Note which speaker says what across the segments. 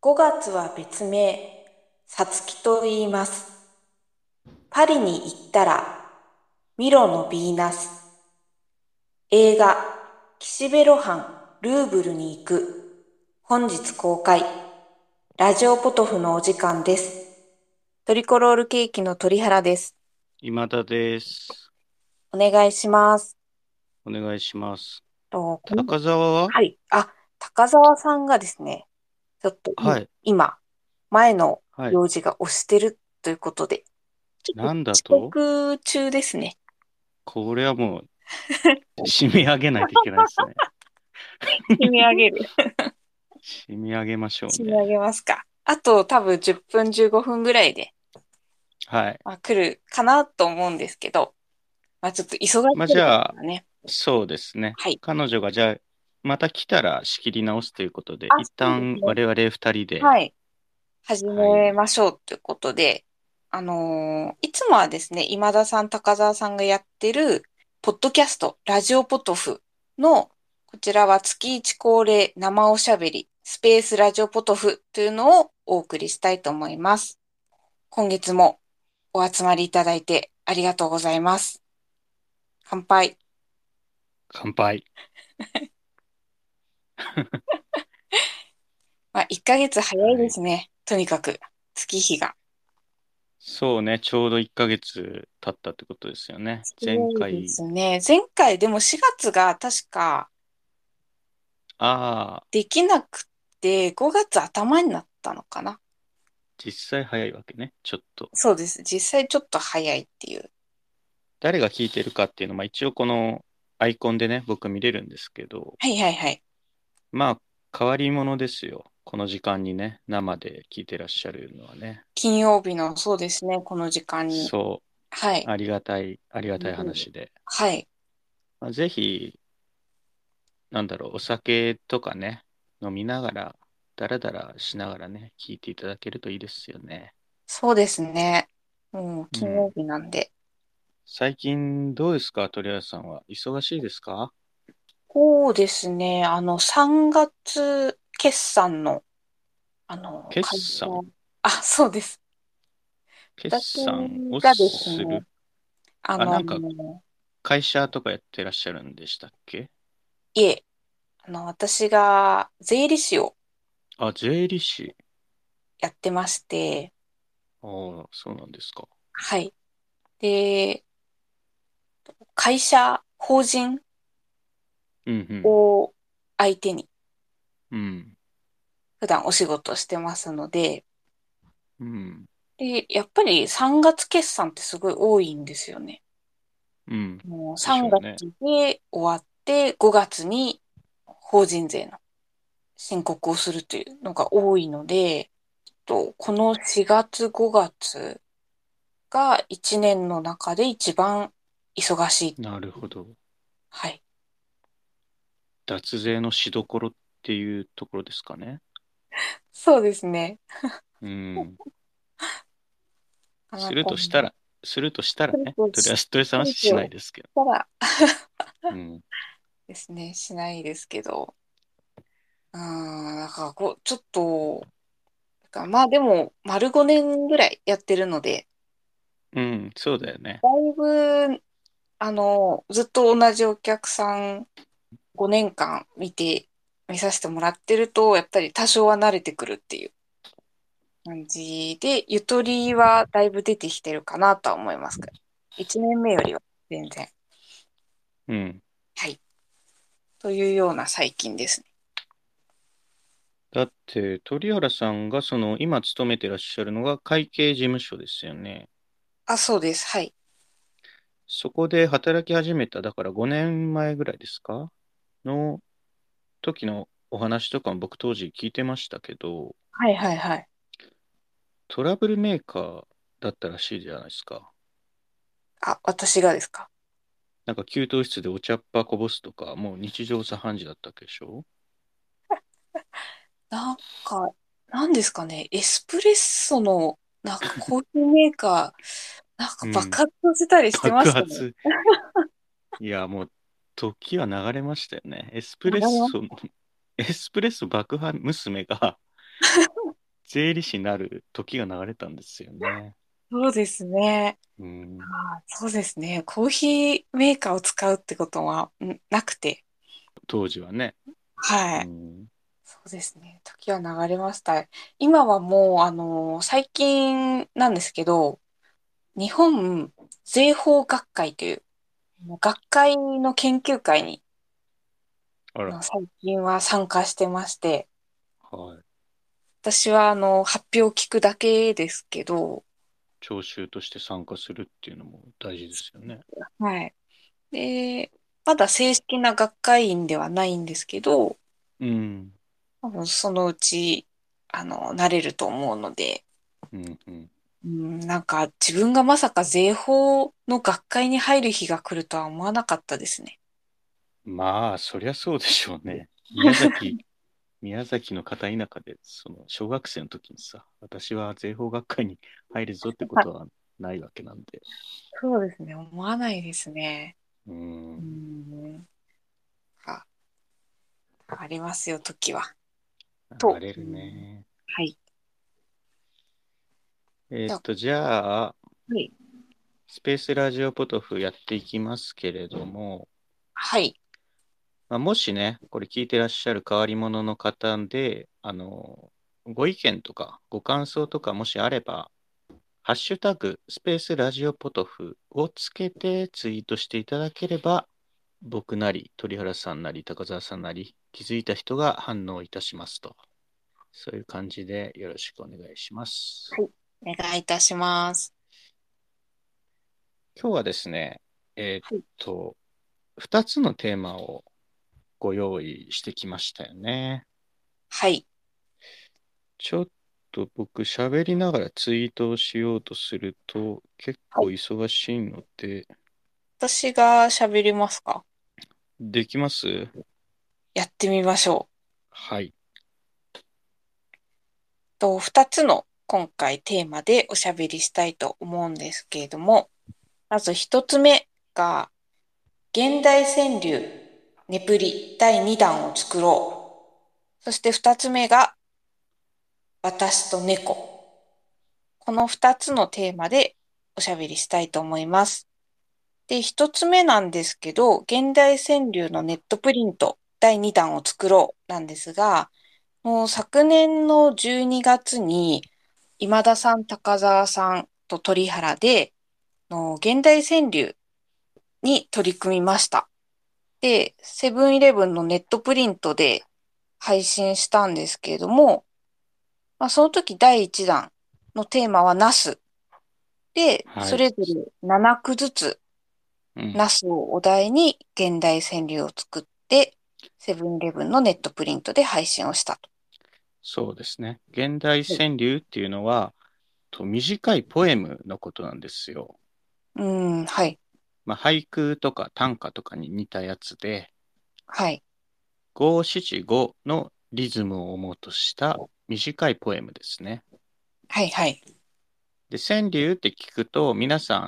Speaker 1: 5月は別名、さつきと言います。パリに行ったら、ミロのヴィーナス。映画、岸辺露伴、ルーブルに行く。本日公開。ラジオポトフのお時間です。トリコロールケーキの鳥原です。
Speaker 2: 今田です。
Speaker 1: お願いします。
Speaker 2: お願いします。
Speaker 1: と
Speaker 2: 高沢は
Speaker 1: はい。あ、高沢さんがですね、ちょっと、
Speaker 2: はい。
Speaker 1: 今、前の
Speaker 2: はい。
Speaker 1: 用事が押してるということで、ちょっ
Speaker 2: なんだ
Speaker 1: と
Speaker 2: と
Speaker 1: 遅刻中です ね。
Speaker 2: これはも う、締め上げないといけないですね。
Speaker 1: 締め上げる。
Speaker 2: 締め上げましょう
Speaker 1: 締め上
Speaker 2: ね。
Speaker 1: げますか。あと多分10分15分ぐらいで、
Speaker 2: はい。
Speaker 1: まあ、来るかなと思うんですけど、まあちょっと忙しい
Speaker 2: ま
Speaker 1: で
Speaker 2: あ
Speaker 1: す
Speaker 2: じゃあ
Speaker 1: からね。
Speaker 2: そうですね。
Speaker 1: はい
Speaker 2: 彼女がじゃあ、また来たら仕切り直すということで
Speaker 1: あ、
Speaker 2: 一
Speaker 1: そう
Speaker 2: 旦
Speaker 1: ですね
Speaker 2: 我々二人で。
Speaker 1: はい。始めましょうということで、あのーいつもはですね、今田さん、高澤さんがやってる、ポッドキャスト、ラジオポトフの、こちらは月一恒例生おしゃべり、スペースラジオポトフというのをお送りしたいと思います。今月もお集まりいただいてありがとうございます。乾杯。
Speaker 2: 乾杯。
Speaker 1: まあ、1ヶ月早いですね。とにかく、月日が。
Speaker 2: そうね。ちょうど1ヶ月経ったってことですよね。前
Speaker 1: そう
Speaker 2: 回
Speaker 1: で。すね。前回でも4月が確か、
Speaker 2: ああ、
Speaker 1: できなくて、5月頭になったのかな。
Speaker 2: 実際早いわけね。ちょっと。
Speaker 1: そうです。実際ちょっと早いっていう。
Speaker 2: 誰が聞いてるかっていうのは、一応このアイコンでね、僕見れるんですけど。
Speaker 1: はいはいはい。
Speaker 2: まあ、変わり者ですよ。この時間にね、生で聞いてらっしゃるのはね。
Speaker 1: 金曜日の、そうですね、この時間に。
Speaker 2: そ、。
Speaker 1: はいう
Speaker 2: ありがたい、ありがたい話で。
Speaker 1: はい。
Speaker 2: まあ、ぜひ、なんだろう、お酒とかね、飲みながら、だらだらしながらね、聞いていただけるといいですよね。
Speaker 1: そうですね。もう金曜日なんで。
Speaker 2: 最近、どうですか、鳥谷さんは。忙しいですか
Speaker 1: そうですね。あの、3月決算の、あの、
Speaker 2: 決算
Speaker 1: 会社あ、そうです。
Speaker 2: 決算を
Speaker 1: 私がです
Speaker 2: す
Speaker 1: ね
Speaker 2: る
Speaker 1: あ
Speaker 2: あなんか
Speaker 1: の、
Speaker 2: 会社とかやってらっしゃるんでしたっけ
Speaker 1: いえ、あの、私が税理士を
Speaker 2: あ、税理士。
Speaker 1: やってまして、
Speaker 2: ああ、そうなんですか。
Speaker 1: はい。で、会社、法人
Speaker 2: うん
Speaker 1: を相手に
Speaker 2: うん。うん。
Speaker 1: 普段お仕事をしてますので、
Speaker 2: うん。
Speaker 1: で、やっぱり3月決算ってすごい多いんですよね。
Speaker 2: うん。
Speaker 1: もう
Speaker 2: しょ
Speaker 1: 3
Speaker 2: うね
Speaker 1: 月で終わって5月に法人税の申告をするというのが多いので、とこの4月5月が1年の中で一番忙しい。
Speaker 2: なるほど。
Speaker 1: はい。
Speaker 2: 脱税のしどころっていうところですかね。
Speaker 1: そうですね。
Speaker 2: うん。するとしたら、するとしたらね。
Speaker 1: す
Speaker 2: と
Speaker 1: るとし
Speaker 2: りあえず、とりあえず話しないですけ
Speaker 1: たら
Speaker 2: ど。うん。
Speaker 1: ですね、しないですけど。うーん、なんかこう、ちょっと、なんかまあでも、丸5年ぐらいやってるので、
Speaker 2: うん、そうだよね。
Speaker 1: だいぶ、あの、ずっと同じお客さん5年間見て、見させてもらってると、やっぱり多少は慣れてくるっていう感じで、ゆとりはだいぶ出てきてるかなとは思いますけど、1年目よりは全然。
Speaker 2: うん。
Speaker 1: というような最近ですね。
Speaker 2: だって、鳥原さんが、その、今勤めてらっしゃるのが会計事務所ですよね。
Speaker 1: あ、そうです。はい。
Speaker 2: そこで働き始めた、だから5年前ぐらいですかの時のお話とかも僕当時聞いてましたけど、
Speaker 1: はいはいはい。
Speaker 2: トラブルメーカーだったらしいじゃないですか。
Speaker 1: あ、私がですか。
Speaker 2: なんか給湯室でお茶っ葉こぼすとか、もう日常茶飯事だったわけでしょ
Speaker 1: なんか、なんですかね、エスプレッソの、なんかコーヒーメーカー、 なんか爆発させたりしてま
Speaker 2: 爆
Speaker 1: したね。
Speaker 2: 発。いや、もう時 は流れましたよね。エスプレッソの、エスプレッソ爆破娘が税理士になる時が流れたんですよね。
Speaker 1: そうですね。
Speaker 2: うん。
Speaker 1: あーそうですね。コーヒーメーカーを使うってことはんなくて。
Speaker 2: 当時はね。
Speaker 1: は
Speaker 2: う
Speaker 1: い。
Speaker 2: ん。
Speaker 1: そうですね。時は流れました。今はもう、あのー最近なんですけど、日本税法学会という、もう学会の研究会に、
Speaker 2: あ
Speaker 1: あの
Speaker 2: ら、
Speaker 1: 最近は参加してまして、
Speaker 2: はい。
Speaker 1: 私は、あの、発表を聞くだけですけど、
Speaker 2: 聴衆として参加するっていうのも大事ですよね。
Speaker 1: はい。で、まだ正式な学会員ではないんですけど、
Speaker 2: うん。
Speaker 1: 多分そのうち、あの、なれると思うので、
Speaker 2: うんうん。
Speaker 1: うん、なんか自分がまさか税法の学会に入る日が来るとは思わなかったですね。
Speaker 2: まあ、そりゃそうでしょう ね。宮崎、宮崎の片田舎で、その小学生の時にさ、私は税法学会に入るぞってこ
Speaker 1: あ
Speaker 2: とはないわけなんで。
Speaker 1: そうですね、思わないですね。
Speaker 2: う。
Speaker 1: うんん、あ、ありますよ、時は。
Speaker 2: 流
Speaker 1: と、
Speaker 2: れ
Speaker 1: う
Speaker 2: る
Speaker 1: ん、
Speaker 2: ね。
Speaker 1: はい。じ
Speaker 2: えー
Speaker 1: ゃ
Speaker 2: っ
Speaker 1: あ、
Speaker 2: と、じゃあ、
Speaker 1: はい。
Speaker 2: スペースラジオポトフやっていきますけれども、
Speaker 1: はい。
Speaker 2: まあ、もしね、これ聞いてらっしゃる変わり者の方で、あの、ご意見とかご感想とかもしあれば、ハッシュタグスペースラジオポトフをつけてツイートしていただければ、僕なり、鳥原さんなり、高澤さんなり、気づいた人が反応いたしますと。そういう感じでよろしくお願いします。
Speaker 1: はいお願いいたします。
Speaker 2: 今日はですね、えーっ
Speaker 1: はい。
Speaker 2: と、2つのテーマをご用意してきましたよね。
Speaker 1: はい。
Speaker 2: ちょっと僕喋りながらツイートをしようとすると結
Speaker 1: は
Speaker 2: 構
Speaker 1: い
Speaker 2: 忙しいので、
Speaker 1: 私が喋りますか
Speaker 2: できます
Speaker 1: やってみましょう。
Speaker 2: はい。
Speaker 1: と、二つの今回テーマでおしゃべりしたいと思うんですけれども、まず一つ目が、現代川柳、ネプリ第2弾を作ろう。そして二つ目が、私と猫。この二つのテーマでおしゃべりしたいと思います。で、一つ目なんですけど、現代川柳のネットプリント第2弾を作ろうなんですが、もう昨年の12月に、今田さん、高澤さんと鳥原で、あの現代川柳に取り組みました。で、セブンイレブンのネットプリントで配信したんですけれども、まあ、その時第1弾のテーマはナスで、
Speaker 2: は
Speaker 1: そ
Speaker 2: い。
Speaker 1: れぞれ7句ずつ
Speaker 2: うん。
Speaker 1: ナスをお題に現代川柳を作って、セブンイレブンのネットプリントで配信をしたと。
Speaker 2: そうですね。現代
Speaker 1: はい
Speaker 2: 川柳っていうのは、と短いポエムのことなんですよ。
Speaker 1: うん、はい、
Speaker 2: まあ、俳句とか短歌とかに似たやつで、
Speaker 1: はい、
Speaker 2: 五七五のリズムを思うとした短いポエムですね。
Speaker 1: はい、はい。
Speaker 2: で、川柳って聞くと、皆さん、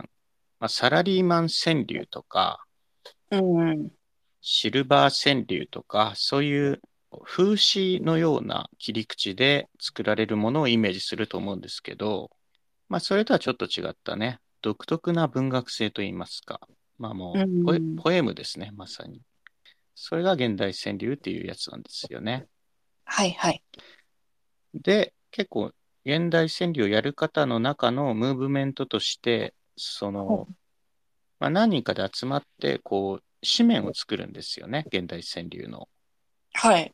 Speaker 2: まあ、サラリーマン川柳とか、
Speaker 1: うん、
Speaker 2: シルバー川柳とか、そういう風刺のような切り口で作られるものをイメージすると思うんですけど、まあ、それとはちょっと違ったね。独特な文学性といいますか。まあ
Speaker 1: う
Speaker 2: もうポエ、
Speaker 1: ん、
Speaker 2: ポエムですね、まさに。それが現代川柳っていうやつなんですよね。
Speaker 1: はい、はい。
Speaker 2: で、結構、現代川柳をやる方の中のムーブメントとして、その、まあ、何人かで集まって、こう、紙面を作るんですよね、現代川柳の。
Speaker 1: はい。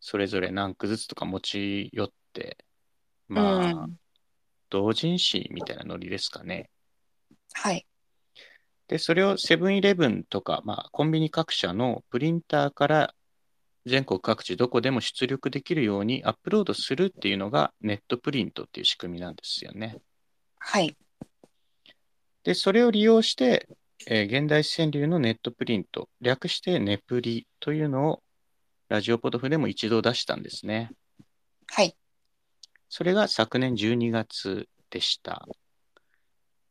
Speaker 2: それぞれ何句ずつとか持ち寄って、
Speaker 1: う
Speaker 2: まあ、
Speaker 1: ん、
Speaker 2: 同人誌みたいなノリですかね。
Speaker 1: はい。
Speaker 2: で、それをセブンイレブンとか、まあ、コンビニ各社のプリンターから全国各地どこでも出力できるようにアップロードするっていうのがネットプリントっていう仕組みなんですよね。
Speaker 1: はい。
Speaker 2: で、それを利用して、えー現代川柳のネットプリント、略してネプリというのをラジオポトフでも一度出したんですね。
Speaker 1: はい。
Speaker 2: それが昨年12月でした。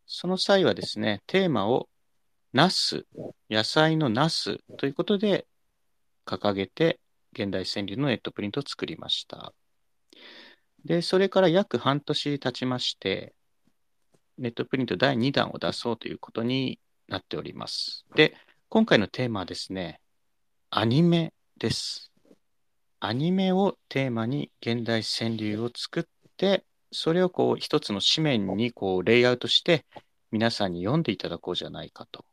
Speaker 2: その際はですね、テーマをナス、野菜のナスということで掲げて、現代川柳のネットプリントを作りました。で、それから約半年経ちまして、ネットプリント第2弾を出そうということになっております。で、今回のテーマはですね、アニメです。アニメをテーマに現代川柳を作って、それをこう一つの紙面にこうレイアウトして皆さんに読んでいただこうじゃないかと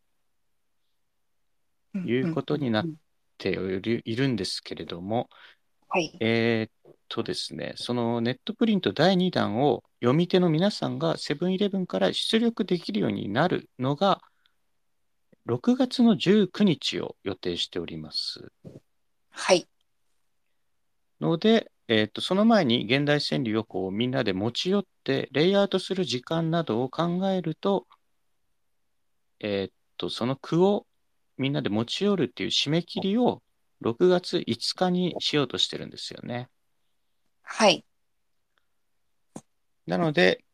Speaker 2: いうことになっているんですけれども、
Speaker 1: はい。
Speaker 2: えーっとですね、そのネットプリント第2弾を読み手の皆さんがセブンイレブンから出力できるようになるのが6月の19日を予定しております。
Speaker 1: はい。
Speaker 2: ので、えーっと、その前に現代川柳をこうみんなで持ち寄ってレイアウトする時間などを考えると、えーっと、その句をみんなで持ち寄るっていう締め切りを6月5日にしようとしてるんですよね。
Speaker 1: はい。
Speaker 2: なので、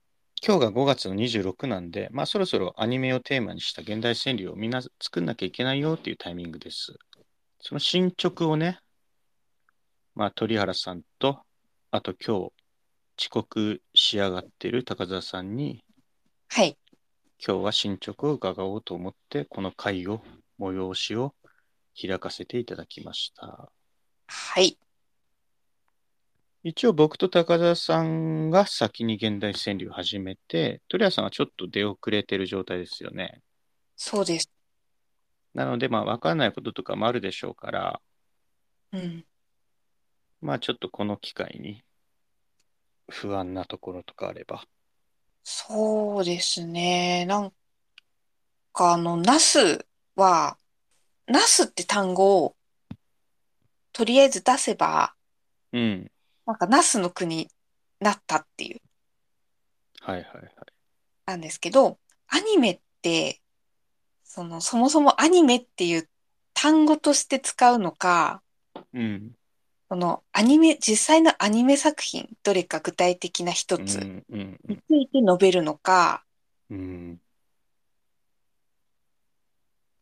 Speaker 2: 今日が5月の26なんで、まあそろそろアニメをテーマにした現代川柳をみんな作んなきゃいけないよっていうタイミングです。その進捗をね、まあ鳥原さんと、あと今日遅刻しやがってる高澤さんに、
Speaker 1: はい。
Speaker 2: 今日は進捗を伺おうと思って、この会を、催しを開かせていただきました。
Speaker 1: はい。
Speaker 2: 一応僕と高田さんが先に現代川柳を始めて、鳥谷さんはちょっと出遅れてる状態ですよね。
Speaker 1: そうです。
Speaker 2: なので、まあ、わかんないこととかもあるでしょうから、
Speaker 1: うん。
Speaker 2: まあ、ちょっとこの機会に不安なところとかあれば。
Speaker 1: そうですね。なんか、あの、ナスは、ナスって単語をとりあえず出せば、
Speaker 2: うん。
Speaker 1: なんかナスの国になったっていう、
Speaker 2: はいはいはい。
Speaker 1: なんですけど、アニメって、その、そもそもアニメっていう単語として使うのか、
Speaker 2: うん。
Speaker 1: その、アニメ、実際のアニメ作品、どれか具体的な一
Speaker 2: う
Speaker 1: つ
Speaker 2: んうんう
Speaker 1: に
Speaker 2: ん。
Speaker 1: ついて述べるのか、
Speaker 2: うん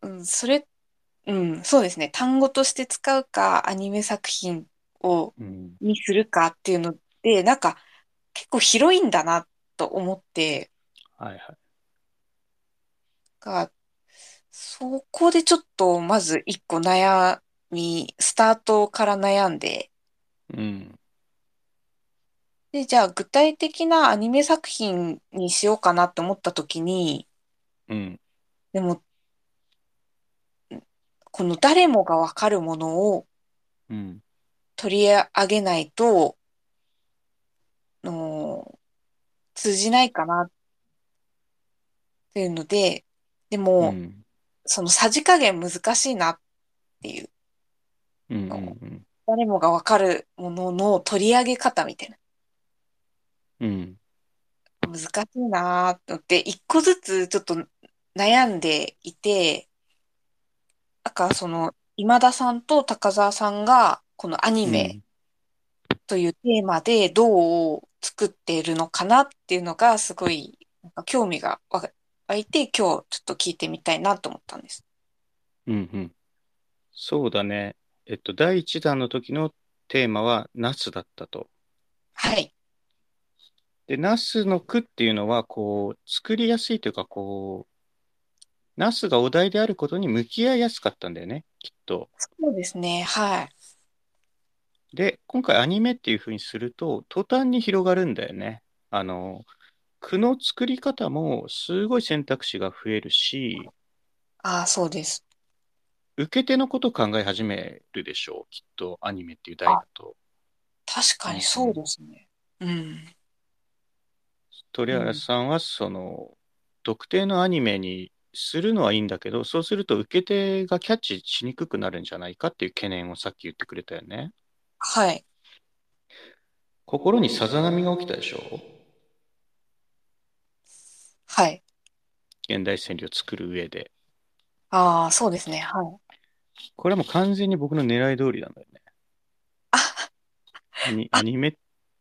Speaker 1: うん、それ、うん、そうですね。単語として使うか、アニメ作品を、
Speaker 2: うん
Speaker 1: にするかっていうので、なんか、結構広いんだなと思って、
Speaker 2: はいはい。
Speaker 1: が、そこでちょっとまず一個悩み、スタートから悩んで、
Speaker 2: うん。
Speaker 1: で、じゃあ具体的なアニメ作品にしようかなって思った時に、
Speaker 2: うん。
Speaker 1: でも、この誰もがわかるものを
Speaker 2: うん。
Speaker 1: 取り上げないと、あの通じないかなっていうので、で
Speaker 2: う
Speaker 1: も、
Speaker 2: ん。
Speaker 1: そのさじ加減難しいなっていう、
Speaker 2: うん
Speaker 1: あ
Speaker 2: う
Speaker 1: の
Speaker 2: ん
Speaker 1: 誰もがわかるものの取り上げ方みたいな。
Speaker 2: うん。うん
Speaker 1: 難しいなーって思って、一個ずつちょっと悩んでいて、なんかその、今田さんと高澤さんが、このアニ
Speaker 2: う
Speaker 1: メ
Speaker 2: ん
Speaker 1: というテーマでどう作っているのかなっていうのが、すごい、なんか興味が湧いて、今日ちょっと聞いてみたいなと思ったんです。
Speaker 2: うんうん。そうだね。えっと、第1弾の時のテーマは、ナスだったと。
Speaker 1: はい。
Speaker 2: で、ナスの句っていうのは、こう、作りやすいというか、こう、ナスがお題であることに向き合いやすかったんだよね、きっと。
Speaker 1: そうですね。はい。
Speaker 2: で、今回アニメっていうふうにすると、途端に広がるんだよね。あの、句の作り方もすごい選択肢が増えるし、
Speaker 1: ああ、そうです。
Speaker 2: 受け手のこと考え始めるでしょう、きっと、アニメっていう題
Speaker 1: あ、
Speaker 2: だと。
Speaker 1: 確
Speaker 2: う
Speaker 1: かに
Speaker 2: んう。
Speaker 1: そうんですね。うん。
Speaker 2: 鳥
Speaker 1: う
Speaker 2: 原
Speaker 1: ん。
Speaker 2: さんはその特定のアニメにするのはいいんだけど、そうすると受け手がキャッチしにくくなるんじゃないかっていう懸念をさっき言ってくれたよね。
Speaker 1: はい。
Speaker 2: 心にさざ波が起きたでしょ
Speaker 1: はい。
Speaker 2: 現代川柳を作る上で。
Speaker 1: ああ、そうですね。はい。
Speaker 2: これはもう完全に僕の狙い通りなんだよね。
Speaker 1: あ、
Speaker 2: アニ、ア
Speaker 1: あ、
Speaker 2: ニメ、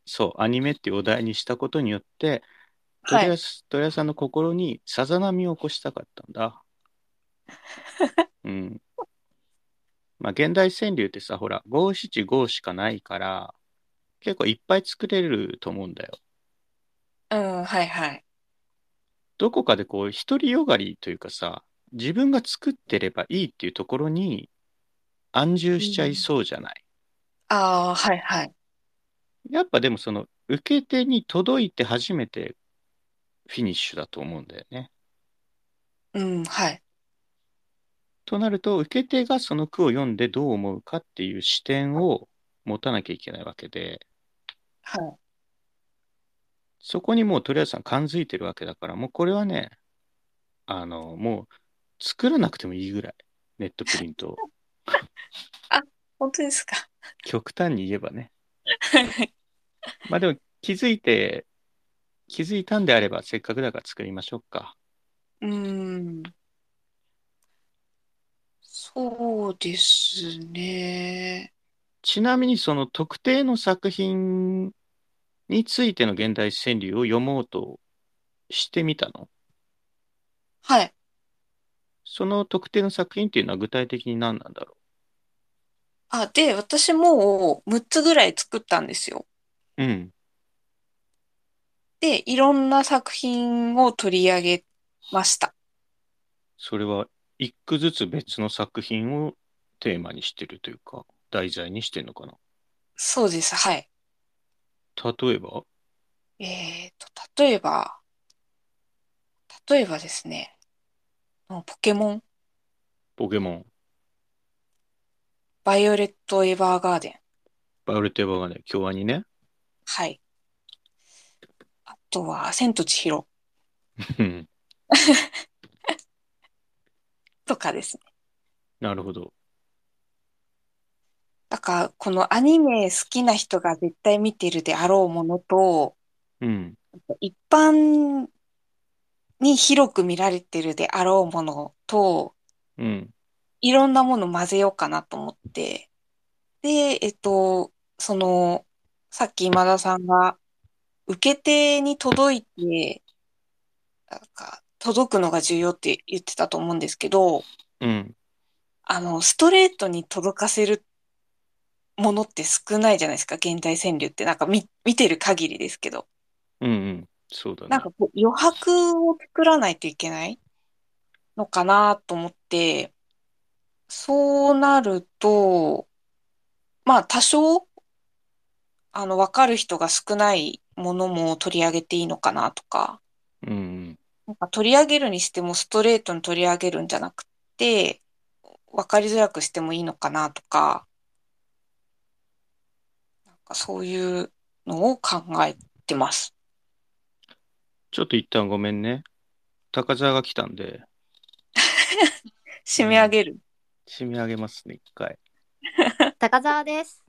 Speaker 2: そう、アニメっていうお題にしたことによって、
Speaker 1: は
Speaker 2: 鳥
Speaker 1: い。
Speaker 2: 谷さん鳥谷さんの心にさざ波を起こしたかったんだ。うん。まあ、現代川柳ってさ、ほら、五七五しかないから、結構いっぱい作れると思うんだよ。
Speaker 1: うん、はいはい。
Speaker 2: どこかでこう、独りよがりというかさ、自分が作ってればいいっていうところに安住しちゃいそうじゃない。
Speaker 1: ああ、はいはい。
Speaker 2: やっぱでもその、受け手に届いて初めてフィニッシュだと思うんだよね。
Speaker 1: うん、はい。
Speaker 2: となると、受け手がその句を読んでどう思うかっていう視点を持たなきゃいけないわけで、
Speaker 1: はい。
Speaker 2: そこにもうとりあえずさん感づいてるわけだから、もうこれはね、あの、もう作らなくてもいいぐらい、ネットプリントを。
Speaker 1: 本当ですか。
Speaker 2: 極端に言えばね。
Speaker 1: はい
Speaker 2: まあでも気づいて、気づいたんであればせっかくだから作りましょうか。
Speaker 1: うん。そうですね。
Speaker 2: ちなみにその特定の作品についての現代川柳を読もうとしてみたの
Speaker 1: はい。
Speaker 2: その特定の作品っていうのは具体的に何なんだろ
Speaker 1: あ、で、私もう6つぐらい作ったんですよ。
Speaker 2: う。うん。
Speaker 1: で、いろんな作品を取り上げました。
Speaker 2: それは一句ずつ別の作品をテーマにしてるというか、題材にしてるのかな。
Speaker 1: そうです。はい。
Speaker 2: 例えば
Speaker 1: えーと、例えば、例えばですね、ポケモン、
Speaker 2: ポケモン、
Speaker 1: バイオレット・エヴァーガーデン。
Speaker 2: バイオレット・エヴァーガーデン、京アニね。
Speaker 1: はい。あとは、千と千尋
Speaker 2: うん
Speaker 1: とかですね。
Speaker 2: なるほど。
Speaker 1: だから、このアニメ好きな人が絶対見てるであろうものと、
Speaker 2: うん。
Speaker 1: 一般に広く見られてるであろうものと、
Speaker 2: うん。
Speaker 1: いろんなもの混ぜようかなと思って。で、えっと、その、さっき今田さんが、受け手に届いて、なんか、届くのが重要って言ってたと思うんですけど、
Speaker 2: うん。
Speaker 1: あの、ストレートに届かせるものって少ないじゃないですか、現代川柳って。なんか見、見てる限りですけど。
Speaker 2: うんうん。そうだ
Speaker 1: なん
Speaker 2: ね。
Speaker 1: かこう余白を作らないといけないのかなと思って、そうなると、まあ多少、あの、わかる人が少ないものも取り上げていいのかなとか、
Speaker 2: うんうん。
Speaker 1: なんか取り上げるにしてもストレートに取り上げるんじゃなくて、わかりづらくしてもいいのかなとか、なんかそういうのを考えてます。
Speaker 2: ちょっと一旦ごめんね。高沢が来たんで、
Speaker 1: 締め上げる。
Speaker 2: 締め上げますね、一回。
Speaker 3: 高沢です。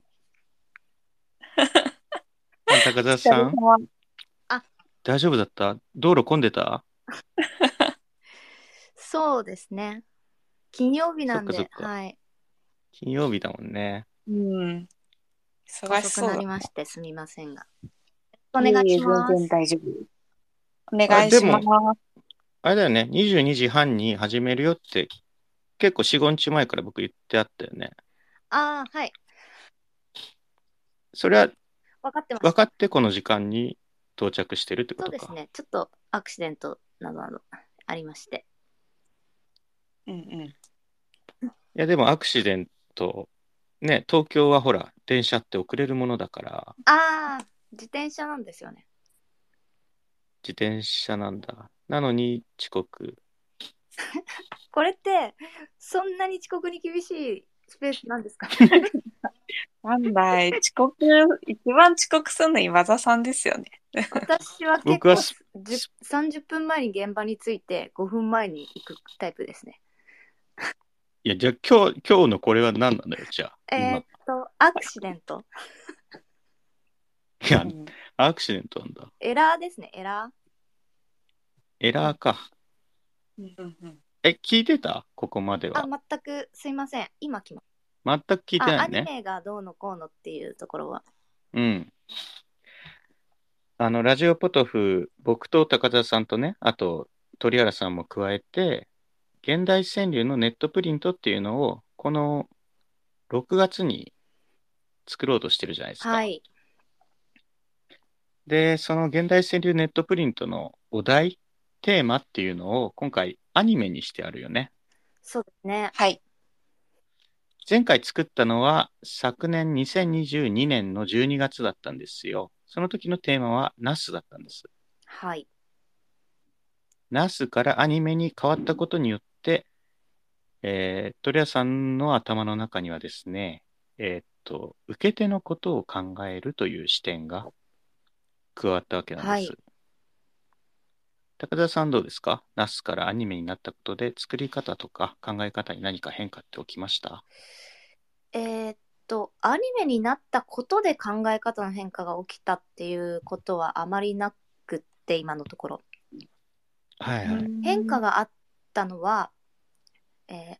Speaker 1: お
Speaker 2: あ高沢
Speaker 1: 疲れ
Speaker 2: さん、
Speaker 1: 様
Speaker 2: 大丈夫だった道路混んでた
Speaker 3: そうですね。金曜日なん
Speaker 2: そっ
Speaker 3: で
Speaker 2: か、そっか
Speaker 3: はい。
Speaker 2: 金曜日だもんね。
Speaker 1: うん。忙し
Speaker 3: 遅
Speaker 1: そうだ
Speaker 3: くな
Speaker 1: ね
Speaker 3: りましてすみませんが。お願いしま
Speaker 1: ええ全然
Speaker 3: す。
Speaker 1: 大丈夫。お願いしま
Speaker 2: あであれだよね、22時半に始めるよって、結構4、5日前から僕言ってあったよね。
Speaker 3: ああ、はい。
Speaker 2: それは
Speaker 3: 分かってます。
Speaker 2: 分かってこの時間に到着してるってこ
Speaker 3: そ
Speaker 2: と
Speaker 3: うで
Speaker 2: か。
Speaker 3: すね。ちょっとアクシデントなどなどありまして。
Speaker 1: す。うんうん。
Speaker 2: いや、でもアクシデント、ね、東京はほら、電車って遅れるものだから、
Speaker 3: ああ、自転車なんですよね。
Speaker 2: 自転車なんだ。なのに遅刻。
Speaker 3: これって、そんなに遅刻に厳しいスペースなんですか
Speaker 1: なんだい、遅刻、一番遅刻するの今田さんですよね。
Speaker 3: 私は結
Speaker 2: 僕は
Speaker 3: 構
Speaker 2: す
Speaker 3: じゅ30分前に現場に着いて5分前に行くタイプですね。
Speaker 2: いや、じゃあ今日、今日のこれは何なのよ、じゃあ。
Speaker 3: えー、っと、アクシデント。
Speaker 2: 今。いや
Speaker 1: う、ん
Speaker 2: アクシデントなんだ。
Speaker 3: エラーですね、エラー。
Speaker 2: エラーか。
Speaker 1: うんうん
Speaker 2: え、聞いてたここまで
Speaker 3: あ
Speaker 2: は。、
Speaker 3: 全くすいません。今来ま
Speaker 2: 全く聞いて
Speaker 3: あ、
Speaker 2: な
Speaker 3: ア
Speaker 2: い
Speaker 3: ニ
Speaker 2: ね。
Speaker 3: メがどうのこうのっていうところは。
Speaker 2: うん。あの、ラジオポトフ、僕と高田さんとね、あと鳥原さんも加えて、現代川柳のネットプリントっていうのを、この6月に作ろうとしてるじゃないですか。
Speaker 3: はい。
Speaker 2: で、その現代川柳ネットプリントのお題、テーマっていうのを今回アニメにしてあるよね。
Speaker 3: そうですね。
Speaker 1: はい。
Speaker 2: 前回作ったのは昨年2022年の12月だったんですよ。その時のテーマはナスだったんです。
Speaker 3: はい。
Speaker 2: ナスからアニメに変わったことによって、えー、鳥屋さんの頭の中にはですね、えーっと、受け手のことを考えるという視点が加わったわけなんです。
Speaker 3: はい
Speaker 2: 高田さんどうですかナスからアニメになったことで作り方とか考え方に何か変化って起きました
Speaker 3: えーっと、アニメになったことで考え方の変化が起きたっていうことはあまりなくって、今のところ。
Speaker 2: はいはい。
Speaker 3: 変化があったのは、えー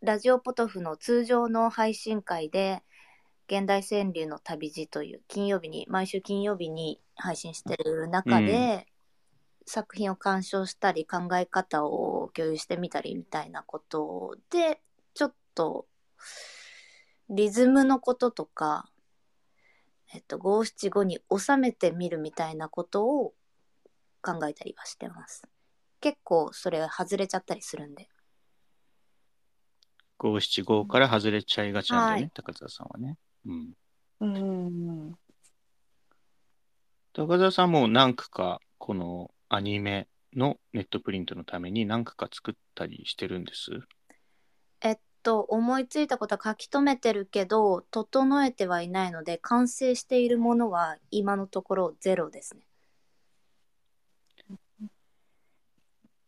Speaker 3: ラジオポトフの通常の配信会で「現代川柳の旅路」という金曜日に毎週金曜日に配信してる中で、作品を鑑賞したり考え方を共有してみたりみたいなことでちょっとリズムのこととか、えっと、五七五に収めてみるみたいなことを考えたりはしてます。結構それ外れちゃったりするんで。
Speaker 2: 五七五から外れちゃいがちなんだよね、
Speaker 3: はい
Speaker 2: 高田さんはね。うん。
Speaker 1: うん。
Speaker 2: 高田さんも何区かこのアニメのネットプリントのために何区か作ったりしてるんです。
Speaker 3: えっと思いついたことは書き留めてるけど整えてはいないので完成しているものは今のところゼロですね。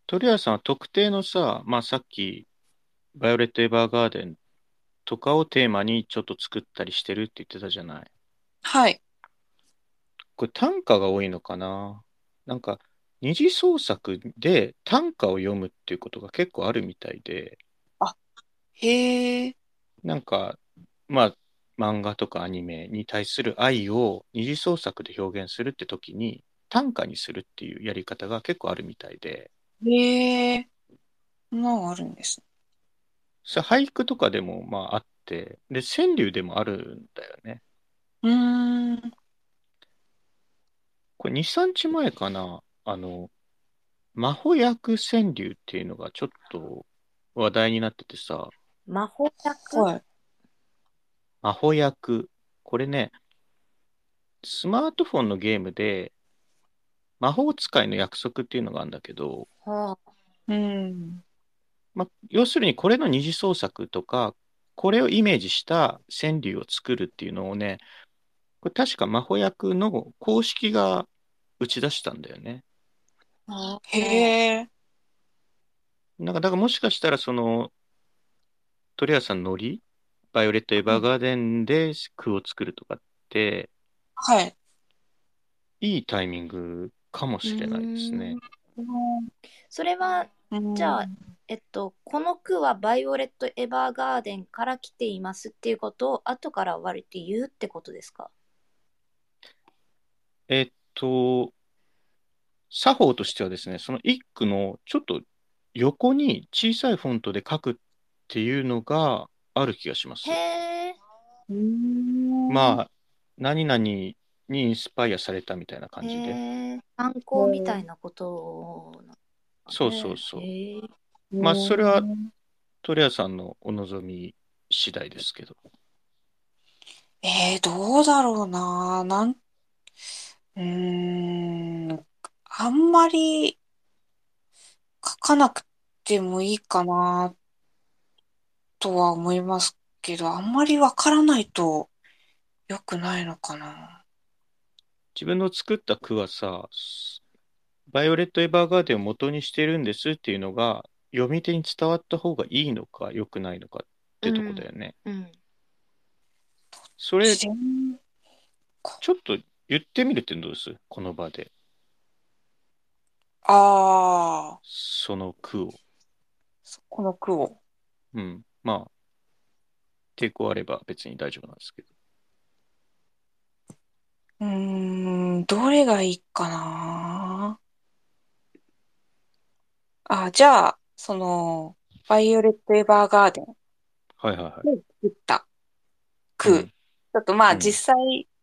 Speaker 2: 鳥谷さんは特定のさ、まあ、さっき「バイオレット・エヴァーガーデン」とかをテーマにちょっと作ったりしてるって言ってたじゃない。
Speaker 1: はい。
Speaker 2: これ短歌が多いのかななんか二次創作で短歌を読むっていうことが結構あるみたいで
Speaker 1: へえ。
Speaker 2: なんかまあ漫画とかアニメに対する愛を二次創作で表現するって時に短歌にするっていうやり方が結構あるみたいで。
Speaker 1: へえ。そんなのあるんですね。
Speaker 2: それ俳句とかでもまああって、で、川柳でもあるんだよね。
Speaker 1: うーん。
Speaker 2: これ2、3日前かな、あの、真帆役川柳っていうのがちょっと話題になっててさ、
Speaker 3: 魔法役、
Speaker 1: はい。
Speaker 2: 真帆役。これね、スマートフォンのゲームで、魔法使いの約束っていうのがあるんだけど、
Speaker 3: はあ
Speaker 1: うん。
Speaker 2: まあ、要するにこれの二次創作とか、これをイメージした川柳を作るっていうのをね、これ確か真帆役の公式が打ち出したんだよね。
Speaker 1: へえ。
Speaker 2: なんか、だからもしかしたらその、鳥谷さんのノリ、バイオレット・エヴァーガーデンで句を作るとかって、
Speaker 1: はい。
Speaker 2: いいタイミングかもしれないですね。
Speaker 3: それはじゃあえっとこの句は「バイオレット・エヴァーガーデン」から来ていますっていうことを後から割って言うってことですか
Speaker 2: えっと、作法としてはですね、その一句のちょっと横に小さいフォントで書くっていうのがある気がします
Speaker 3: へ。え
Speaker 1: ま
Speaker 2: まあ、何々にインスパイアされたみたいな感じで。
Speaker 3: へえ参考みたいなことなのかね
Speaker 2: そうそうそう
Speaker 3: へえ
Speaker 2: まあそれは鳥谷さんのお望み次第ですけど。
Speaker 1: えー、どうだろうな。なん、うーん、あんまり書かなくてもいいかなとは思いますけど、あんまりわからないと良くないのかな。
Speaker 2: 自分の作った句はさ、すバイオレット・エヴァーガーデンを元にしてるんですっていうのが、読み手に伝わった方がいいのか、良くないのかってとこだよね。
Speaker 3: うん
Speaker 2: それ、
Speaker 1: 自
Speaker 2: ち
Speaker 1: 然
Speaker 2: ょっと言ってみるってどうですこの場で、
Speaker 1: ああ、
Speaker 2: その句を。
Speaker 1: この句を。
Speaker 2: うん。まあ、抵抗あれば別に大丈夫なんですけど。
Speaker 1: うーん、どれがいいかな。あ、じゃあ、その、バイオレット・エヴァーガーデン
Speaker 2: はいはいはい。
Speaker 1: 作った句。
Speaker 2: うん
Speaker 1: ちょっとま
Speaker 2: う
Speaker 1: あ
Speaker 2: ん
Speaker 1: 実際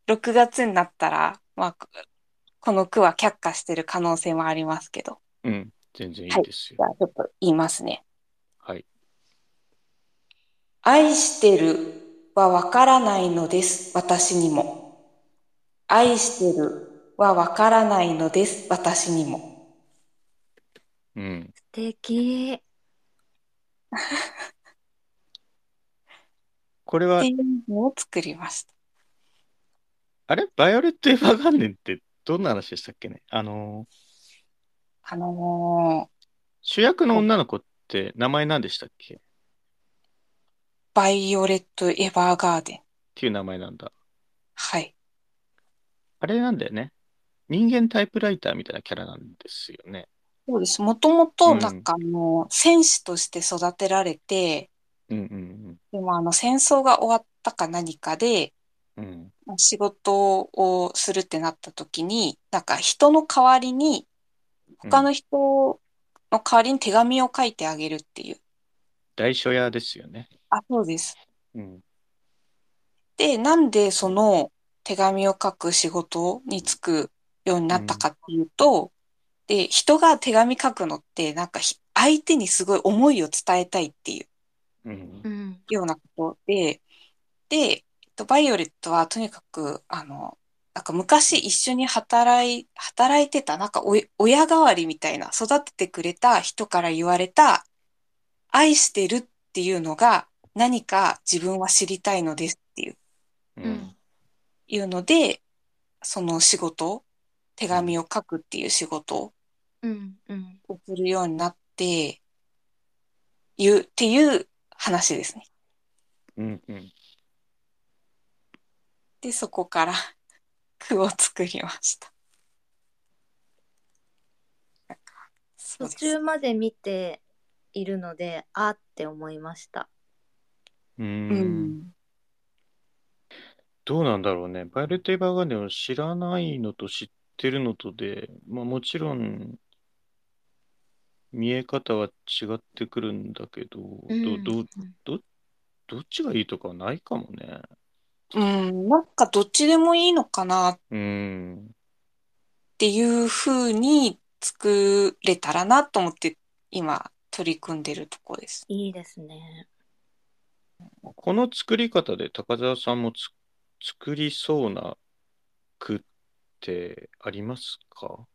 Speaker 1: 6月になったら、まあこの句は却下してる可能性もありますけど。
Speaker 2: うん、全然いいです
Speaker 1: じゃ
Speaker 2: よ。
Speaker 1: あちょっと言いますね。
Speaker 2: はい。
Speaker 1: 愛してるはわからないのです、私にも。愛してるはわからないのです、私にも。
Speaker 2: うん。
Speaker 3: 素敵。
Speaker 2: これ
Speaker 1: っ
Speaker 2: は
Speaker 1: てい、うのを作りました。
Speaker 2: あれバイオレット・エヴァーガンデンってどんな話でしたっけねあのー、
Speaker 1: あのー
Speaker 2: 主役の女の子って名前何でしたっけっ
Speaker 1: バイオレット・エヴァーガーデン。
Speaker 2: ていう名前なんだ。
Speaker 1: はい。
Speaker 2: あれなんだよね。人間タイプライターみたいなキャラなんですよね。
Speaker 1: そうです。もともと、なんかあの、戦士として育てられて、
Speaker 2: うんうん
Speaker 1: でもあの、戦争が終わったか何かで、
Speaker 2: うん。うん。
Speaker 1: 仕事をするってなった時に、なんか人の代わりに、他の人の代わりに手紙を書いてあげるっていう。
Speaker 2: 大書屋ですよね。
Speaker 1: あ、そうです。
Speaker 2: うん。
Speaker 1: で、なんでその手紙を書く仕事に就くようになったかっていうと、で、人が手紙書くのって、なんかひ相手にすごい思いを伝えたいっていう
Speaker 2: うん
Speaker 3: う。ん。
Speaker 1: ようなことで、で、えっと、バイオレットはとにかく、あの、なんか昔一緒に働い、働いてた、なんかお親代わりみたいな、育ててくれた人から言われた、愛してるっていうのが何か自分は知りたいのですっていう。
Speaker 2: う
Speaker 3: うんん。
Speaker 1: いうので、その仕事、手紙を書くっていう仕事
Speaker 3: うん。うん。
Speaker 1: をするようになって、言うっていう話ですね。
Speaker 2: うんうん。
Speaker 1: で、そこから 句を作りました。そう
Speaker 3: 途
Speaker 1: です
Speaker 3: 中。まで見ているので、あって思いました。
Speaker 2: う。
Speaker 1: うんん。
Speaker 2: どうなんだろうね。バイオレット・エヴァーガンデンを知らないのと知ってるのとで、まあもちろん、見え方は違ってくるんだけど、
Speaker 3: うん
Speaker 2: どどどっちがいいとかはないかもね。
Speaker 1: うん、なんかどっちでもいいのかなっ
Speaker 2: うん。
Speaker 1: ていう風に作れたらなと思って今取り組んでるとこです。
Speaker 3: いいですね。
Speaker 2: この作り方で高澤さんもつ作りそうな句ってありますか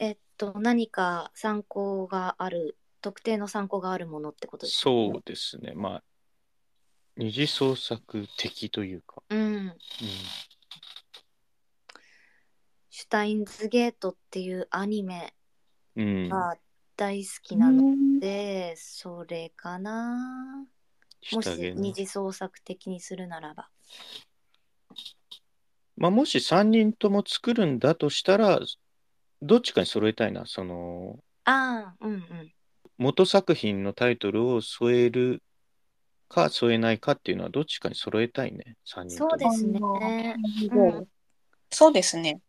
Speaker 3: えっと、何か参考がある、特定の参考があるものってことですか
Speaker 2: そうですね。まあ、二次創作的というか。
Speaker 3: うん。シュタインズゲートっていうアニメ
Speaker 2: うん。うん、
Speaker 3: が大好きなので、それかな。も
Speaker 2: 下
Speaker 3: し
Speaker 2: げの
Speaker 3: 二次創作的にするならば。
Speaker 2: まあ、もし3人とも作るんだとしたら、どっちかに揃えたいな。その、
Speaker 3: ああ、うんうん。
Speaker 2: 元作品のタイトルを添えるか添えないかっていうのはどっちかに揃えたいね。3人とも。
Speaker 3: そうですね。うん
Speaker 1: そうですね。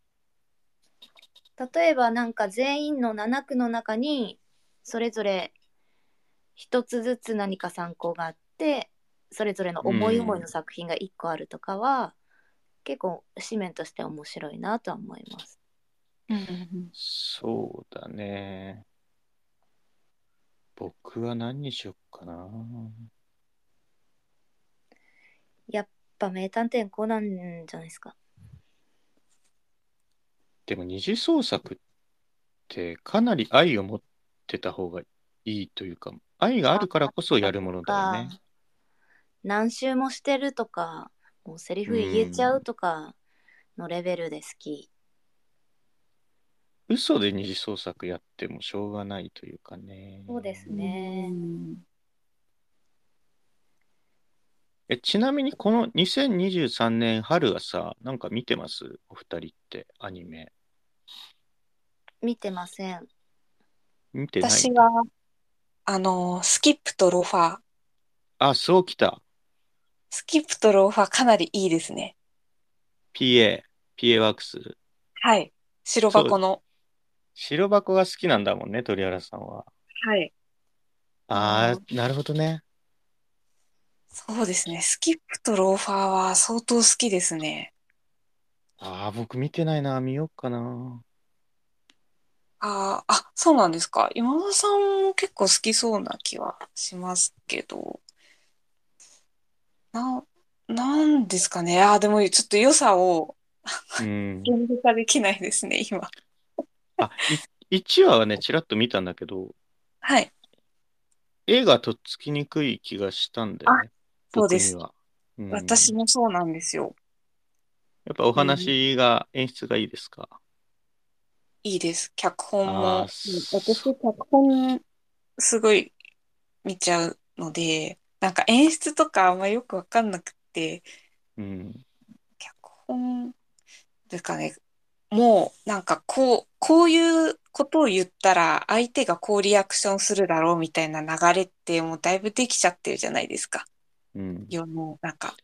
Speaker 3: 例えばなんか全員の7区の中にそれぞれ一つずつ何か参考があってそれぞれの思い思いの作品が1個あるとかは、結構紙面として面白いなとは思います。
Speaker 1: うん
Speaker 2: そうだね。僕は何にしよっかな。
Speaker 3: やっぱ名探偵コナンじゃないですか。
Speaker 2: でも二次創作ってかなり愛を持ってた方がいいというか、愛があるからこそやるものだよね。
Speaker 3: 何周もしてるとかもうセリフ言えちゃうとかのレベルで好き。
Speaker 2: 嘘で二次創作やってもしょうがないというかね。
Speaker 3: そうです
Speaker 1: うん
Speaker 3: ね。
Speaker 2: えちなみにこの2023年春はさ、なんか見てますお二人ってアニメ。
Speaker 3: 見てません。
Speaker 2: 見てない
Speaker 1: 私は、あの、スキップとロファー。
Speaker 2: あ、そうきた。
Speaker 1: スキップとローファーかなりいいですね。
Speaker 2: PA、PA ワークス。
Speaker 1: はい。白箱の。
Speaker 2: 白箱が好きなんだもんね、鳥原さんは。
Speaker 1: はい。
Speaker 2: あ
Speaker 1: う
Speaker 2: あ、なるほどね。
Speaker 1: そうですね。スキップとローファーは相当好きですね。
Speaker 2: ああ、僕見てないな。見ようかな。
Speaker 1: あーあ、そうなんですか。今田さんも結構好きそうな気はしますけど。な、なんですかね。ああ、でもちょっと良さを
Speaker 2: うん。
Speaker 1: 言語化できないですね、今。
Speaker 2: あ、1話はね、ちらっと見たんだけど、
Speaker 1: はい。
Speaker 2: 絵がとっつきにくい気がしたんだよね。
Speaker 1: そうです
Speaker 2: 僕には。うん
Speaker 1: 私もそうなんですよ。
Speaker 2: やっぱお話が、演出がいいですか
Speaker 1: いいです。脚本も。
Speaker 2: あ
Speaker 1: う
Speaker 2: ー
Speaker 1: ん私、脚本、すごい見ちゃうので、なんか演出とかあんまよくわかんなくて、
Speaker 2: うん。
Speaker 1: 脚本ですかね。もう、なんかこう、こういうことを言ったら、相手がこうリアクションするだろうみたいな流れって、もうだいぶできちゃってるじゃないですか。
Speaker 2: うん。
Speaker 1: 世の中。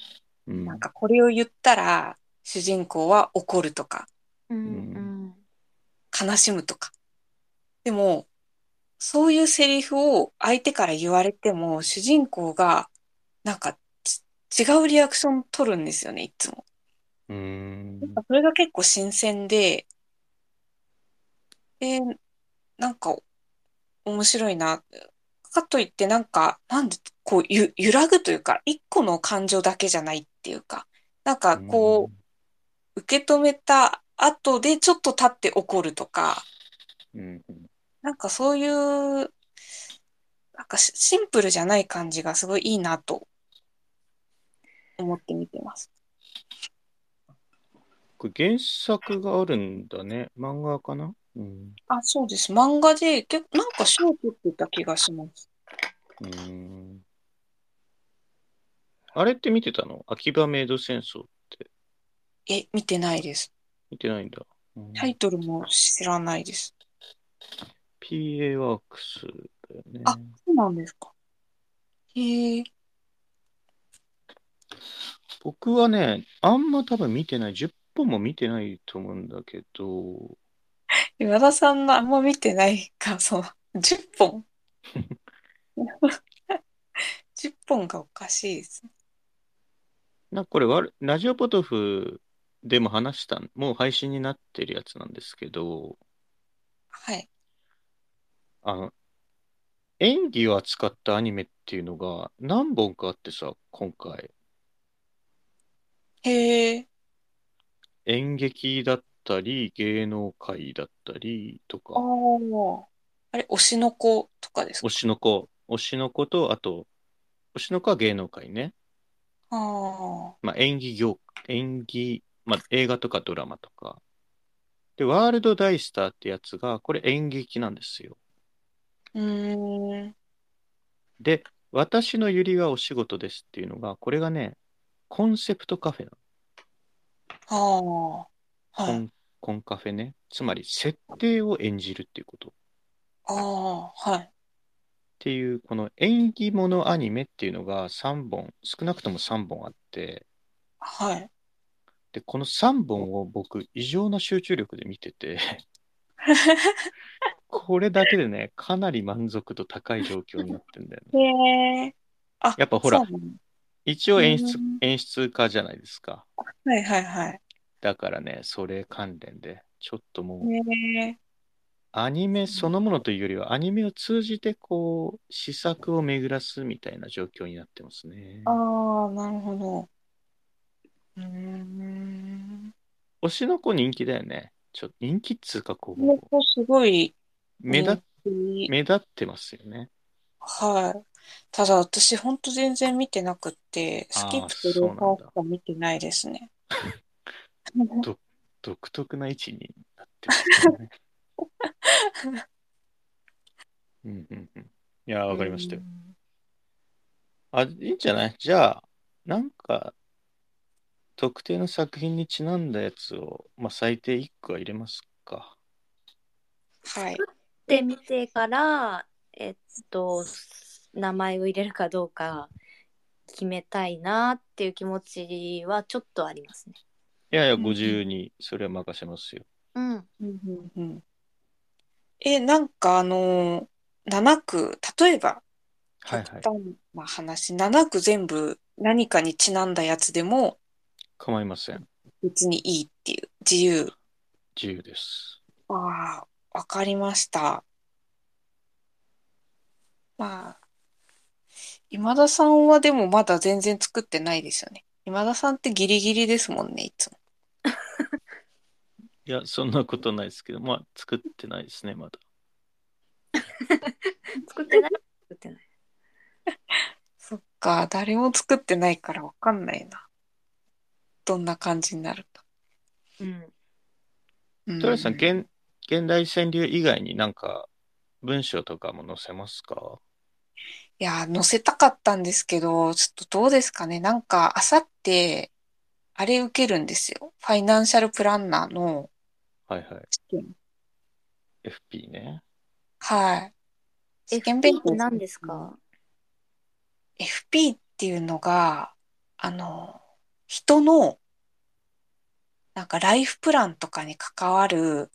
Speaker 2: うん
Speaker 1: なんかこれを言ったら、主人公は怒るとか。
Speaker 3: うん
Speaker 2: う
Speaker 1: 悲しむとか。でも、そういうセリフを相手から言われても、主人公が、なんかち、違うリアクション取るんですよね、いつも。
Speaker 2: うん。
Speaker 1: それが結構新鮮で、で、なんか、面白いな。かといって、なんか、なんで、こう、ゆ、揺らぐというか、一個の感情だけじゃないっていうか、なんか、こう、受け止めた後で、ちょっと経って怒るとか、
Speaker 2: うん。
Speaker 1: なんかそういう、なんかしシンプルじゃない感じがすごいいいなと思って見てます。
Speaker 2: これ原作があるんだね。漫画かなうん。
Speaker 1: あ、そうです。漫画で結構、なんか賞を取ってた気がします。
Speaker 2: うん。あれって見てたの秋葉メイド戦争。
Speaker 1: え、見てないです。
Speaker 2: 見てないんだ。うん
Speaker 1: タイトルも知らないです。
Speaker 2: PA ワークスだよね。
Speaker 1: あそうなんですか。へえ。
Speaker 2: 僕はね、あんま多分見てない。10本も見てないと思うんだけど、
Speaker 1: 今田さんのあんま見てないか、その、10本 ?10 本がおかしいです。
Speaker 2: なんかこれわる、ラジオポトフでも話した、もう配信になってるやつなんですけど、
Speaker 1: はい。
Speaker 2: あの、演技を扱ったアニメっていうのが何本かあってさ、今回。
Speaker 1: へえ。
Speaker 2: 演劇だったり、芸能界だったりと
Speaker 1: あ
Speaker 2: か、
Speaker 1: あ。あれ、推しの子とかですか
Speaker 2: 推しの子、推しの子と、あと、推しの子は芸能界ね。
Speaker 1: ああ。
Speaker 2: まあ、演技業、演技、まあ、映画とかドラマとか。で、ワールドダイスターってやつが、これ演劇なんですよ。
Speaker 1: うーん。
Speaker 2: で、私のゆりはお仕事ですっていうのが、これがね、コンセプトカフェなの。
Speaker 1: はあ。
Speaker 2: コ
Speaker 1: はい。
Speaker 2: ン、コンカフェね。つまり、設定を演じるっていうこと。っ
Speaker 1: ああ、はい。
Speaker 2: ていう、この演技ものアニメっていうのが3本、少なくとも3本あって、
Speaker 1: はい。
Speaker 2: で、この3本を僕、異常な集中力で見て て、これだけでね、かなり満足度高い状況になってんだよね。
Speaker 1: へえ。あ、
Speaker 2: やっぱほら
Speaker 1: そうなの
Speaker 2: 一応演出
Speaker 1: うん、
Speaker 2: 演出家じゃないですか。
Speaker 1: はいはいは
Speaker 2: だからね、それ関連で、ちょっともう、
Speaker 1: い。へえ。
Speaker 2: アニメそのものというよりは、アニメを通じて、こう、試作を巡らすみたいな状況になってますね。
Speaker 1: ああ、なるほど。うーん。
Speaker 2: 推しの子人気だよね。ちょっと人気っつうか、こ
Speaker 1: この
Speaker 2: う、
Speaker 1: 子すごい
Speaker 2: 目立
Speaker 1: 気。
Speaker 2: 目立ってますよね。
Speaker 1: はい。ただ私ほんと全然見てなくって、スキップと
Speaker 2: あ
Speaker 1: ロ
Speaker 2: ーそ
Speaker 1: ー
Speaker 2: うな
Speaker 1: ファ
Speaker 2: んだ
Speaker 1: ーしか見てないです ね。
Speaker 2: 独特な位置になってますよね。うんうんうん。いやー、わかりましたよ。あ、いいんじゃないじゃあ、なんか、特定の作品にちなんだやつを、まあ、最低1個は入れますか。
Speaker 1: はい。
Speaker 3: で見てからえっと名前を入れるかどうか決めたいなっていう気持ちはちょっとありますね。
Speaker 2: いやいや、
Speaker 1: うん
Speaker 2: ご自由に、それは任せますよ。
Speaker 3: う
Speaker 1: う
Speaker 3: ん。
Speaker 1: んうんうんえ、なんかあのー、7区、例えば、
Speaker 2: はい
Speaker 1: 極
Speaker 2: はい。
Speaker 1: 端な話、7区全部何かにちなんだやつでも
Speaker 2: 構いません。
Speaker 1: 別にいいっていう。自由。
Speaker 2: 自由です。
Speaker 1: ああ、わかりました。まあ、今田さんはでもまだ全然作ってないですよね。今田さんってギリギリですもんね、いつも。
Speaker 2: いや、そんなことないですけど、まあ、作ってないですね、まだ。
Speaker 3: 作ってない作ってない。
Speaker 1: そっか、誰も作ってないからわかんないな。どんな感じになるか。
Speaker 3: うん。
Speaker 1: うん
Speaker 2: トラさん、現現代川柳以外になんか文章とかも載せますか
Speaker 1: いやー、載せたかったんですけど、ちょっとどうですかね。なんか、あさって、あれ受けるんですよ。ファイナンシャルプランナーの
Speaker 2: はいは
Speaker 1: 試験。
Speaker 2: い。FP ね。
Speaker 1: はい。試験
Speaker 3: FP
Speaker 1: 勉
Speaker 3: っ
Speaker 1: 強
Speaker 3: て何ですか
Speaker 1: FP っていうのが、あの、人の、なんかライフプランとかに関わる、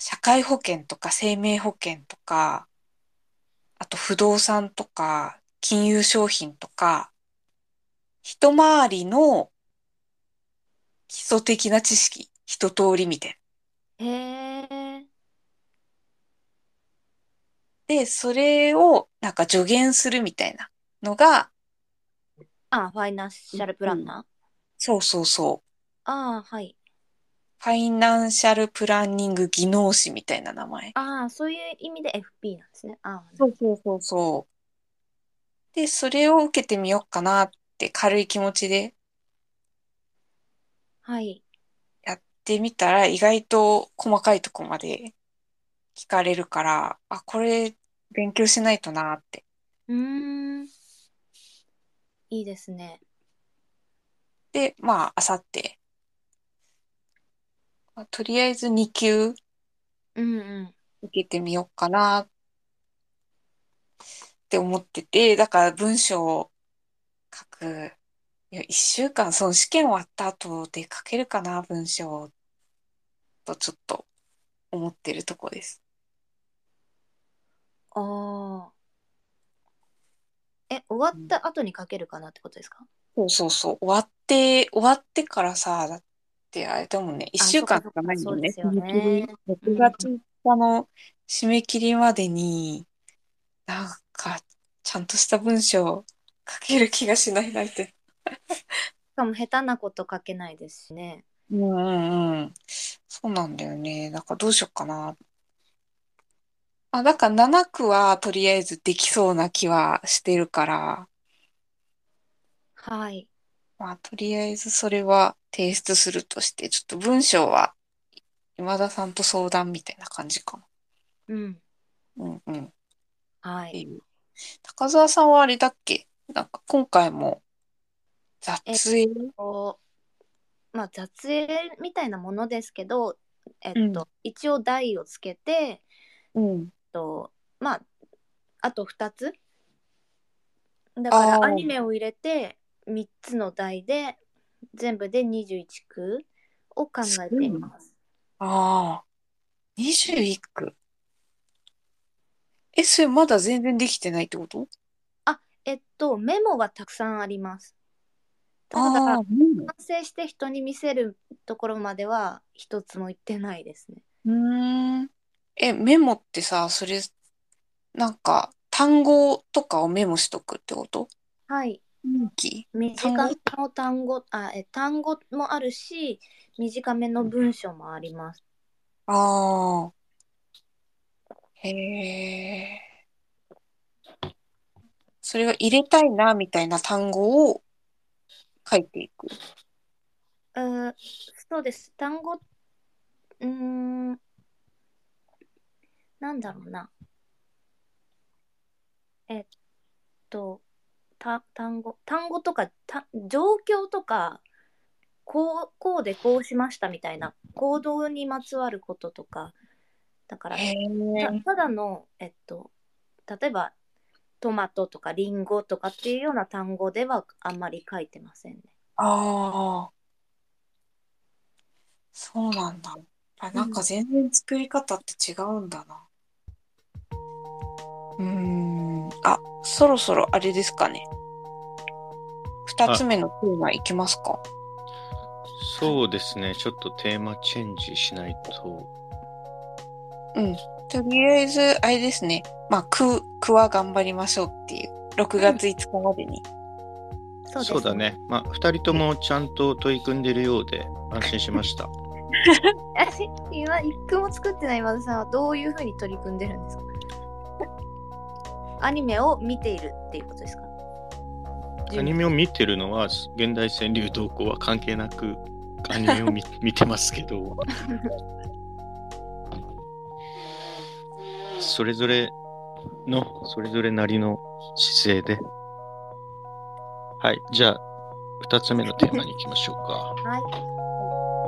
Speaker 1: 社会保険とか生命保険とか、あと不動産とか、金融商品とか、一回りの基礎的な知識、一通りみたいな。
Speaker 3: へえ。
Speaker 1: で、それをなんか助言するみたいなのが、
Speaker 3: あ、ファイナンシャルプランナー
Speaker 1: そうそうそう。
Speaker 3: ああ、はい。
Speaker 1: ファイナンシャルプランニング技能士みたいな名前。
Speaker 3: ああ、そういう意味で FP なんですね。ああ、
Speaker 1: うそうそうそう。で、それを受けてみようかなって軽い気持ちで
Speaker 3: はい。
Speaker 1: やってみたら意外と細かいとこまで聞かれるから、あ、これ勉強しないとなって。
Speaker 3: うーん。いいですね。
Speaker 1: で、まあ、あさって。まあとりあえず2級
Speaker 3: うんうん。
Speaker 1: 受けてみようかなって思ってて、だから文章を書く。いや、一週間、その試験終わった後で書けるかな、文章とちょっと思ってるとこです。
Speaker 3: ああ。え、終わった後にかけるかなってことですか
Speaker 1: そうそうそう。終わって、終わってからさ、だってあれだもんね、一週間とかないもんね。
Speaker 3: そうですよね
Speaker 1: 締め切り6月5日の締め切りまでに、なんか、ちゃんとした文章書ける気がしないなって。
Speaker 3: しかも下手なこと書けないですしね。
Speaker 1: うんうんうん。そうなんだよね。だからどうしようかな。あ、だから7区はとりあえずできそうな気はしてるから、
Speaker 3: はい。
Speaker 1: まあとりあえずそれは提出するとして、ちょっと文章は今田さんと相談みたいな感じか
Speaker 3: うん。
Speaker 1: な。うんうん。
Speaker 3: はいい。
Speaker 1: い高澤さんはあれだっけなんか今回も雑影
Speaker 3: こうまあ雑影みたいなものですけど、えっと
Speaker 1: うん
Speaker 3: 一応題をつけて、えっ
Speaker 1: うん。
Speaker 3: とまああと2つだから
Speaker 1: あー
Speaker 3: アニメを入れて3つの題で全部で21句を考えています。
Speaker 1: ああ、21区。え、それまだ全然できてないってこと
Speaker 3: えっとメモはたくさんあります。ただ
Speaker 1: ああー、
Speaker 3: 完
Speaker 1: うん
Speaker 3: 成して人に見せるところまでは一つもいってないですね。
Speaker 1: うーん。え、メモってさ、それ、なんか、単語とかをメモしとくってこと
Speaker 3: はい。
Speaker 1: うんき
Speaker 3: 短めの単語あえ単語もあるし短めの文章もあります
Speaker 1: ああ。へえ。それは入れたいな、みたいな単語を書いていく。
Speaker 3: うーそうです単語うーんなんだろうなえっとた単語単語とかた状況とかこうこうでこうしましたみたいな行動にまつわることとかだから
Speaker 1: へえ。
Speaker 3: たただの、えっと、例えばトマトとかリンゴとかっていうような単語ではあんまり書いてませんね。
Speaker 1: ああ。そうなんだ。あ、なんか全然作り方って違うんだな。うーん。あ、そろそろあれですかね。二つ目のテーマいきますか。
Speaker 2: そうですね。ちょっとテーマチェンジしないと。
Speaker 1: うん。とりあえず、あれですね。まあ、区、区は頑張りましょうっていう。6月5日までに。
Speaker 3: そうです
Speaker 2: そうだ。ね。まあ、二人ともちゃんと取り組んでるようで安心しました。
Speaker 3: 今一句も作ってない和田さんはどういうふうに取り組んでるんですかアニメを見ているっていうことですか
Speaker 2: アニメを見てるのは現代川柳動向は関係なくアニメを見見てますけどそれぞれのそれぞれなりの姿勢ではいじゃあ2つ目のテーマに行きましょうか。
Speaker 3: はい